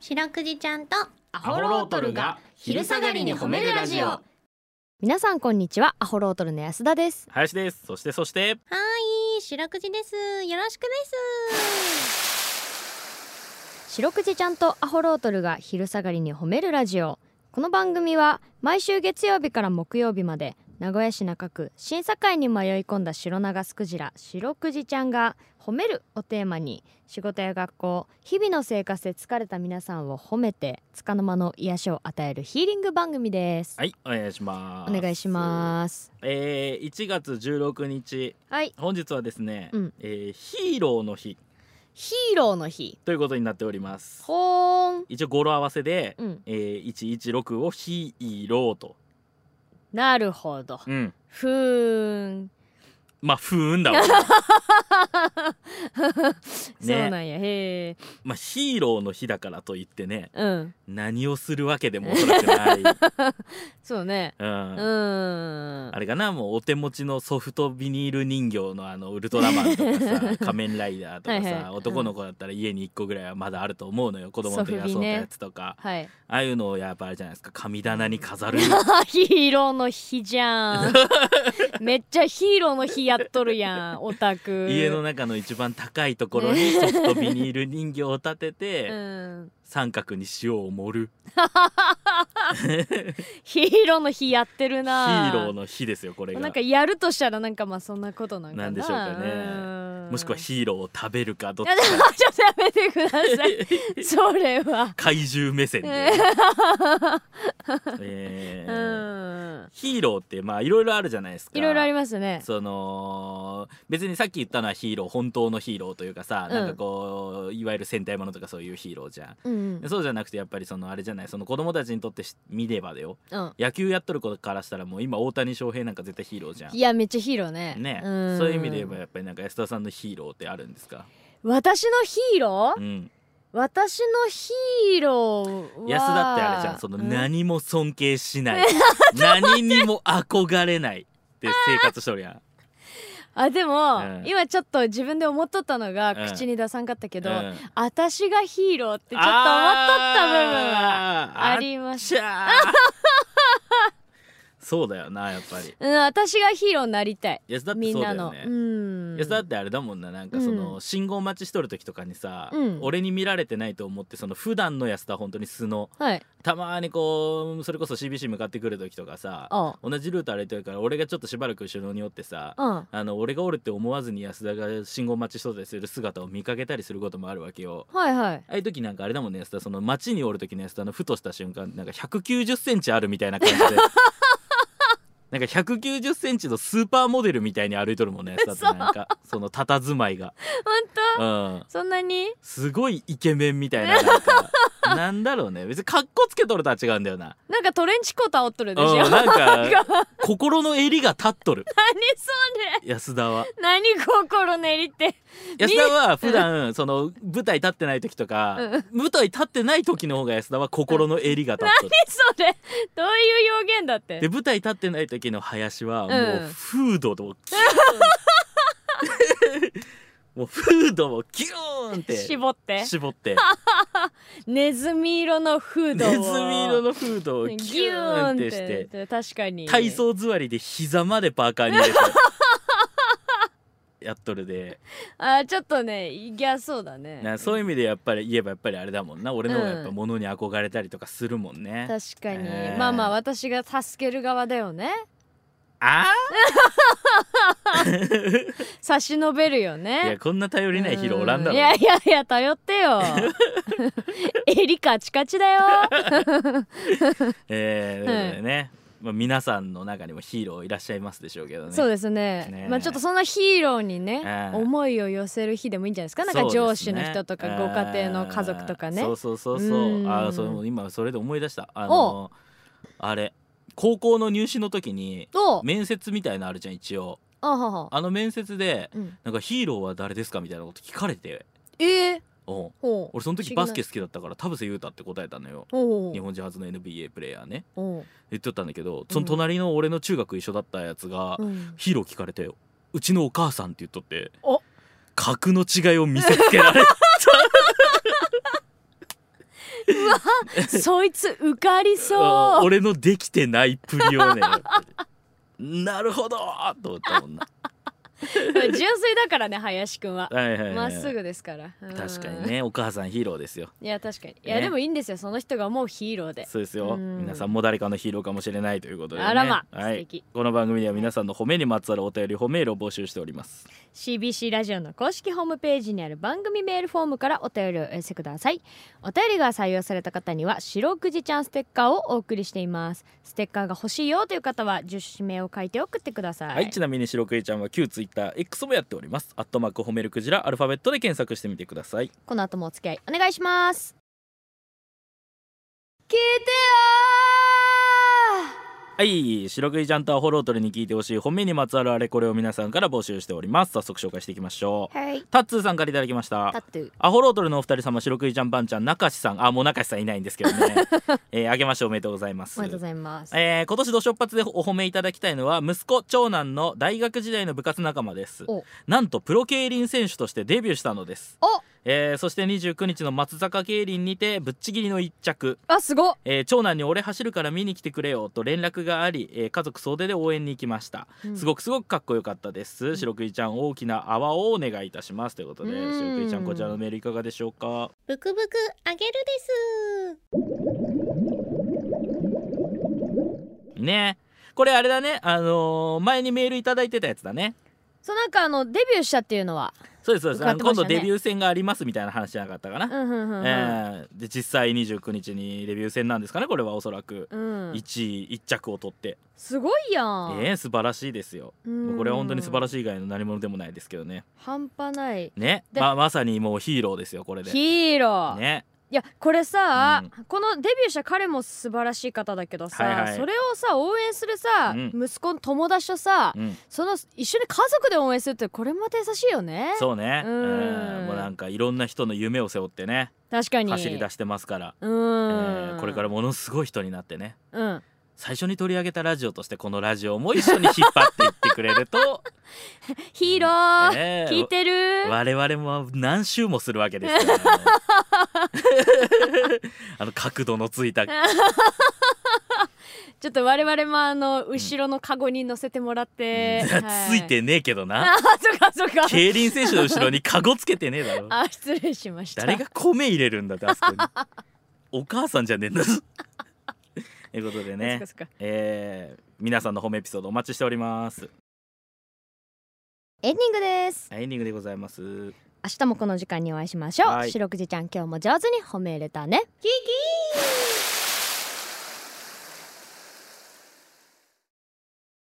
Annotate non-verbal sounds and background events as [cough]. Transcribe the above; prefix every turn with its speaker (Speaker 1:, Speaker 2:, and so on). Speaker 1: 白くじちゃんとア
Speaker 2: ホロートルが昼下がりに褒めるラジオ
Speaker 3: 皆さんこんにちはアホロートルの安田です
Speaker 2: 林ですそしてそして
Speaker 1: いい白くじですよろしくです
Speaker 3: 白くじちゃんとアホロートルが昼下がりに褒めるラジオこの番組は毎週月曜日から木曜日まで名古屋市中区審査会に迷い込んだ白長スクジラ白くじちゃんが褒めるをテーマに仕事や学校日々の生活で疲れた皆さんを褒めて束の間の癒しを与えるヒーリング番組です、
Speaker 2: はいお願いします
Speaker 3: お願いします
Speaker 2: すえー、1月16日
Speaker 3: はい
Speaker 2: 本日はですね、
Speaker 3: うん
Speaker 2: えーヒーローの日
Speaker 3: ヒーローの日
Speaker 2: ということになっております
Speaker 3: ほーん
Speaker 2: 一応語呂合わせで、
Speaker 3: うん
Speaker 2: えー、116をヒーローと
Speaker 3: なるほど
Speaker 2: うん
Speaker 3: ふーん
Speaker 2: まあふーんだわ
Speaker 3: そうなんやへえ
Speaker 2: まあヒーローの日だからといってね
Speaker 3: うん
Speaker 2: 何をするわけでもおそらくない、
Speaker 3: そうね
Speaker 2: う
Speaker 3: うんーん
Speaker 2: [laughs] あれかなもうお手持ちのソフトビニール人形のあのウルトラマンとかさ
Speaker 3: [laughs]
Speaker 2: 仮面ライダーとかさ
Speaker 3: はいはい
Speaker 2: 男の子だったら家に1個ぐらいはまだあると思うのよ子供の時
Speaker 3: ソ
Speaker 2: 遊
Speaker 3: フビ
Speaker 2: んだ
Speaker 3: ね
Speaker 2: やつとか、
Speaker 3: はい
Speaker 2: ああいうのをやっぱあれじゃないですか神棚に飾る
Speaker 3: ヒーローの日じ
Speaker 2: [laughs]
Speaker 3: ゃんめっちゃヒーローの日やっとるやんオタク
Speaker 2: 家の中の一番高いところにソフトビニール人形を立てて、
Speaker 3: うん
Speaker 2: 三角に塩を盛る
Speaker 3: ヒーローの日やってる
Speaker 2: ヒ
Speaker 3: な
Speaker 2: ーローの日ですよこれが
Speaker 3: なんかやるとしたらなんかまあそんなことなんかな
Speaker 2: なんでしょうかね
Speaker 3: うん
Speaker 2: もしくはヒーローを食べるかどっ
Speaker 3: い
Speaker 2: ち
Speaker 3: やでもちょっとやめてくださ
Speaker 2: [laughs]
Speaker 3: いそれは
Speaker 2: 怪獣目線で、え
Speaker 3: う
Speaker 2: ー
Speaker 3: ん
Speaker 2: ヒーローってまあいろいろあるじゃないですか
Speaker 3: いろいろありますね
Speaker 2: その別にさっき言ったのはヒーロー本当のヒーローというかさ、
Speaker 3: うん
Speaker 2: なんかこういわゆる戦隊ものとかそういうヒーローじゃん、
Speaker 3: うんうん
Speaker 2: そうじゃなくてやっぱりそのあれじゃないその子供たちにとってし見ればだよ
Speaker 3: うん
Speaker 2: 野球やっとる子からしたらもう今大谷翔平なんか絶対ヒーローじゃん
Speaker 3: いやめっちゃヒーローね
Speaker 2: ね、
Speaker 3: ん
Speaker 2: そういう意味で言えばやっぱりなんか安田さんのヒーローってあるんですか、
Speaker 3: 私のヒーロー
Speaker 2: うん、
Speaker 3: 私のヒーローは
Speaker 2: 安田ってあれじゃんその
Speaker 3: う
Speaker 2: 何も尊敬しない、 [laughs] 何にも憧れないって生活しとるやん
Speaker 3: あでも、
Speaker 2: うん
Speaker 3: 今ちょっと自分で思っとったのが、
Speaker 2: うん
Speaker 3: 口に出さんかったけど、
Speaker 2: うん
Speaker 3: 私がヒーロー [laughs] ってちょっと思っとった部分は
Speaker 2: ー
Speaker 3: ありまし
Speaker 2: ちゃー [laughs] そうだよなやっぱり
Speaker 3: うん私がヒーローになりたい
Speaker 2: 安田って
Speaker 3: み
Speaker 2: そ
Speaker 3: ん
Speaker 2: うだ
Speaker 3: なの
Speaker 2: よ
Speaker 3: う,、
Speaker 2: ね
Speaker 3: ん
Speaker 2: 安田ってあれだもんななんかその、
Speaker 3: うん
Speaker 2: 信号待ちしとる時とかにさ、
Speaker 3: うん
Speaker 2: 俺に見られてないと思ってその普段の安田は本当に素の
Speaker 3: はい
Speaker 2: たまにこうそれこそ CBC 向かってくる時とかさ
Speaker 3: あ
Speaker 2: 同じルート歩いてるから俺がちょっとしばらく後ろにおってさ
Speaker 3: うん
Speaker 2: あの俺がおるって思わずに安田が信号待ちしとったりする姿を見かけたりすることもあるわけよ。
Speaker 3: はい
Speaker 2: [laughs]
Speaker 3: はい
Speaker 2: ああいう時なんかあれだもんね安田その街におる時の安田のふとした瞬間なんか1 9 0ンチあるみたいな感じで [laughs] なんか1 9 0ンチのスーパーモデルみたいに歩いとるもんね安田ってなんか [laughs] その佇まいが、
Speaker 3: 本
Speaker 2: うん、
Speaker 3: 当そんなに
Speaker 2: すごいイケメンみたいななんか [laughs] なんだろうね別にかっこつけとるとは違うんだよな、
Speaker 3: なんかトレンチコート羽織っとる
Speaker 2: うん、
Speaker 3: でしょ、何
Speaker 2: [laughs] なんか心の襟が立っとる
Speaker 3: それ
Speaker 2: 安田 [laughs] は
Speaker 3: 何心練りって
Speaker 2: 安田は普段その舞台立ってない時とか、舞台立ってない時の方が安田は心の襟が立っとる
Speaker 3: それどういう表現だって
Speaker 2: で舞台立ってない時の林はも
Speaker 3: うん
Speaker 2: うフードとキュ
Speaker 3: [laughs]
Speaker 2: ーンもうフードをキューンって
Speaker 3: 絞って
Speaker 2: 絞って
Speaker 3: ネズミ色のフー
Speaker 2: ネ
Speaker 3: ドを
Speaker 2: ズミ色のフードを
Speaker 3: ギ
Speaker 2: キュ
Speaker 3: ュ
Speaker 2: ー
Speaker 3: ー
Speaker 2: ン
Speaker 3: ン
Speaker 2: っ
Speaker 3: ってて
Speaker 2: して
Speaker 3: 確かに
Speaker 2: 体操座りで膝までパーカーに入
Speaker 3: [laughs]
Speaker 2: れてやっとるで
Speaker 3: あーちょっとねいきゃそうだね
Speaker 2: なそういう意味でやっぱり言えばやっぱりあれだもんな俺の方がやっぱ物に憧れたりとかするもんね、
Speaker 3: 確かに、
Speaker 2: えー
Speaker 3: まあまあ私が助ける側だよね
Speaker 2: あ
Speaker 3: 差し伸べるよ
Speaker 2: あい
Speaker 3: ね
Speaker 2: やこんな頼りないヒロおらんだ
Speaker 3: う
Speaker 2: ろ
Speaker 3: いやいやいや頼ってよ [laughs] 襟カチカチだよ
Speaker 2: えー、ということでね、まあ、皆さんの中にもヒーローいらっしゃいますでしょうけどね。
Speaker 3: そうですね
Speaker 2: ねえ
Speaker 3: まあちょっとそんなヒーローにね、
Speaker 2: ええ
Speaker 3: 思いを寄せる日でもいいんじゃないですかなん
Speaker 2: そう
Speaker 3: か
Speaker 2: ですね
Speaker 3: 上司の人とか、ご家庭の家族とかね
Speaker 2: あーそうそうそうそううんあーそれも今それで思い出したあのあれ高校の入試の時に
Speaker 3: と
Speaker 2: 面接みたいなのあるじゃん一応
Speaker 3: あはは、
Speaker 2: あの面接で
Speaker 3: うん、
Speaker 2: なんかヒーローは誰ですかみたいなこと聞かれて
Speaker 3: えー、
Speaker 2: うん
Speaker 3: ほう
Speaker 2: 俺その時
Speaker 3: 不思
Speaker 2: バ
Speaker 3: 議な
Speaker 2: スケ好きだったから田臥勇太って答えたのよ
Speaker 3: ほう
Speaker 2: 日本人初の NBA プレイヤーね
Speaker 3: ほ
Speaker 2: 言っとったんだけどその隣の俺の中学一緒だったやつが
Speaker 3: う、うん、
Speaker 2: ヒーロー聞かれてうちのお母さんって言っとって
Speaker 3: お
Speaker 2: 格の違いを見せつけられた
Speaker 3: [laughs] そいつ受かり
Speaker 2: あー
Speaker 3: そう
Speaker 2: 俺のできてないっぷりをね [laughs] なるほどと思ったもんな
Speaker 3: 純粋だからね林くんは
Speaker 2: はいはいはい
Speaker 3: まっすぐですからうん
Speaker 2: 確かにねお母さんヒーローですよ
Speaker 3: いや確かにいや
Speaker 2: ね
Speaker 3: でもいいんですよその人が思うヒーローで
Speaker 2: そうですよ
Speaker 3: うん
Speaker 2: 皆さんも誰かのヒーローかもしれないということで、ね、
Speaker 3: あらま
Speaker 2: は
Speaker 3: 素
Speaker 2: い
Speaker 3: 敵
Speaker 2: この番組では皆さんの褒めにまつわるお便り褒めールを募集しております
Speaker 3: CBC ラジオの公式ホームページにある番組メールフォームからお便りをお寄せくださいお便りが採用された方には白くじちゃんステッカーをお送りしていますステッカーが欲しいよという方は住所名を書いて送ってください、
Speaker 2: はい、ちなみに白クイちゃんは旧ツイッター X もやっておりますアットマーク褒めるクジラアルファベットで検索してみてください
Speaker 3: この後もお付き合いお願いします聞いて
Speaker 2: はい白クイちゃんとアホロートルに聞いてほしい褒めにまつわるあれこれを皆さんから募集しております早速紹介していきましょう
Speaker 3: よーはい
Speaker 2: タッツーさんからいただきました
Speaker 3: タトゥー
Speaker 2: アホロートルのお二人様白クイちゃんパンちゃん中志さんあもう中志さんいないんですけ
Speaker 3: [laughs]
Speaker 2: どね、えー、あげましょうおめでとうございます
Speaker 3: おめでとうございます
Speaker 2: えー今年土初っ発でお褒めいただきたいのは息子長男の大学時代の部活仲間です
Speaker 3: お
Speaker 2: なんとプロ競輪選手としてデビューしたのです
Speaker 3: お、
Speaker 2: えーそして29日の松坂競輪にてぶっちぎりの一着、
Speaker 3: あすごっ
Speaker 2: えー長男に「俺走るから見に来てくれよ」と連絡があり、えー家族総出で応援に行きました、
Speaker 3: うん
Speaker 2: すごくすごくかっこよかったです白クイちゃん大きな泡をお願いいたしますということで
Speaker 3: うん
Speaker 2: 白クイちゃんこちらのメールいかがでしょうか
Speaker 1: ブクブクあげるです
Speaker 2: ねこれあれだねあのー前にメールいただいてたやつだね
Speaker 3: そうなんかあのデビューしたっていうのは
Speaker 2: そうですそうです、あの
Speaker 3: 伺っ
Speaker 2: 今
Speaker 3: てま
Speaker 2: 度
Speaker 3: したね
Speaker 2: デビュー戦がありますみたいな話じゃなかったかな、
Speaker 3: うんうんうんうん、
Speaker 2: えーで実際29日にデビュー戦なんですかねこれはおそらく、
Speaker 3: うん、
Speaker 2: 1位1着を取って、
Speaker 3: すごいやん、
Speaker 2: えー素晴らしいですよ、もうこれは本当に素晴ら
Speaker 3: い
Speaker 2: しい以外の何者でもないですけどね
Speaker 3: 半端ない
Speaker 2: ね
Speaker 3: で
Speaker 2: まあまさにもうヒーローですよこれで
Speaker 3: ヒーロー、
Speaker 2: ね
Speaker 3: いやこれさ、
Speaker 2: う
Speaker 3: このデビューした彼も素晴らしい方だけどさ、
Speaker 2: はいはい
Speaker 3: それをさ応援するさ、
Speaker 2: うん
Speaker 3: 息子の友達とさ、
Speaker 2: うん
Speaker 3: その一緒に家族で応援するってこれまた優しいよね
Speaker 2: そうね
Speaker 3: うん
Speaker 2: うんもうなんかいろんな人の夢を背負ってね
Speaker 3: 確かに
Speaker 2: 走り出
Speaker 3: し
Speaker 2: してますから、
Speaker 3: う
Speaker 2: え
Speaker 3: ん、
Speaker 2: ーこれからものすごい人になってね
Speaker 3: うん
Speaker 2: 最初に取り上げたラジオとしてこのラジオも一緒に引っ張っていってくれ
Speaker 3: [laughs]
Speaker 2: ると、
Speaker 3: ヒーロー、
Speaker 2: えー
Speaker 3: 聞いてる
Speaker 2: 我々も何周もするわけで
Speaker 3: [laughs]
Speaker 2: すから、ね、あの角度のついた
Speaker 3: ちょっと我々もあの後ろのカゴに乗せてもらって、は
Speaker 2: [laughs] ついてねえけどな
Speaker 3: あそっかそっか
Speaker 2: 競輪選手の後ろにカゴつけてねえだろ
Speaker 3: あ失礼しました
Speaker 2: 誰が米入れるんだってあそこ
Speaker 3: [laughs]
Speaker 2: にお母さんじゃねえんだぞということで
Speaker 3: ね
Speaker 2: ね、えー皆さんのホームエピソードお待ちしております
Speaker 3: エンディングです
Speaker 2: エンディングでございます
Speaker 3: 明日もこの時間にお会いしましょう、
Speaker 2: はい
Speaker 3: 白くじちゃん今日も上手に褒め入れたねキキー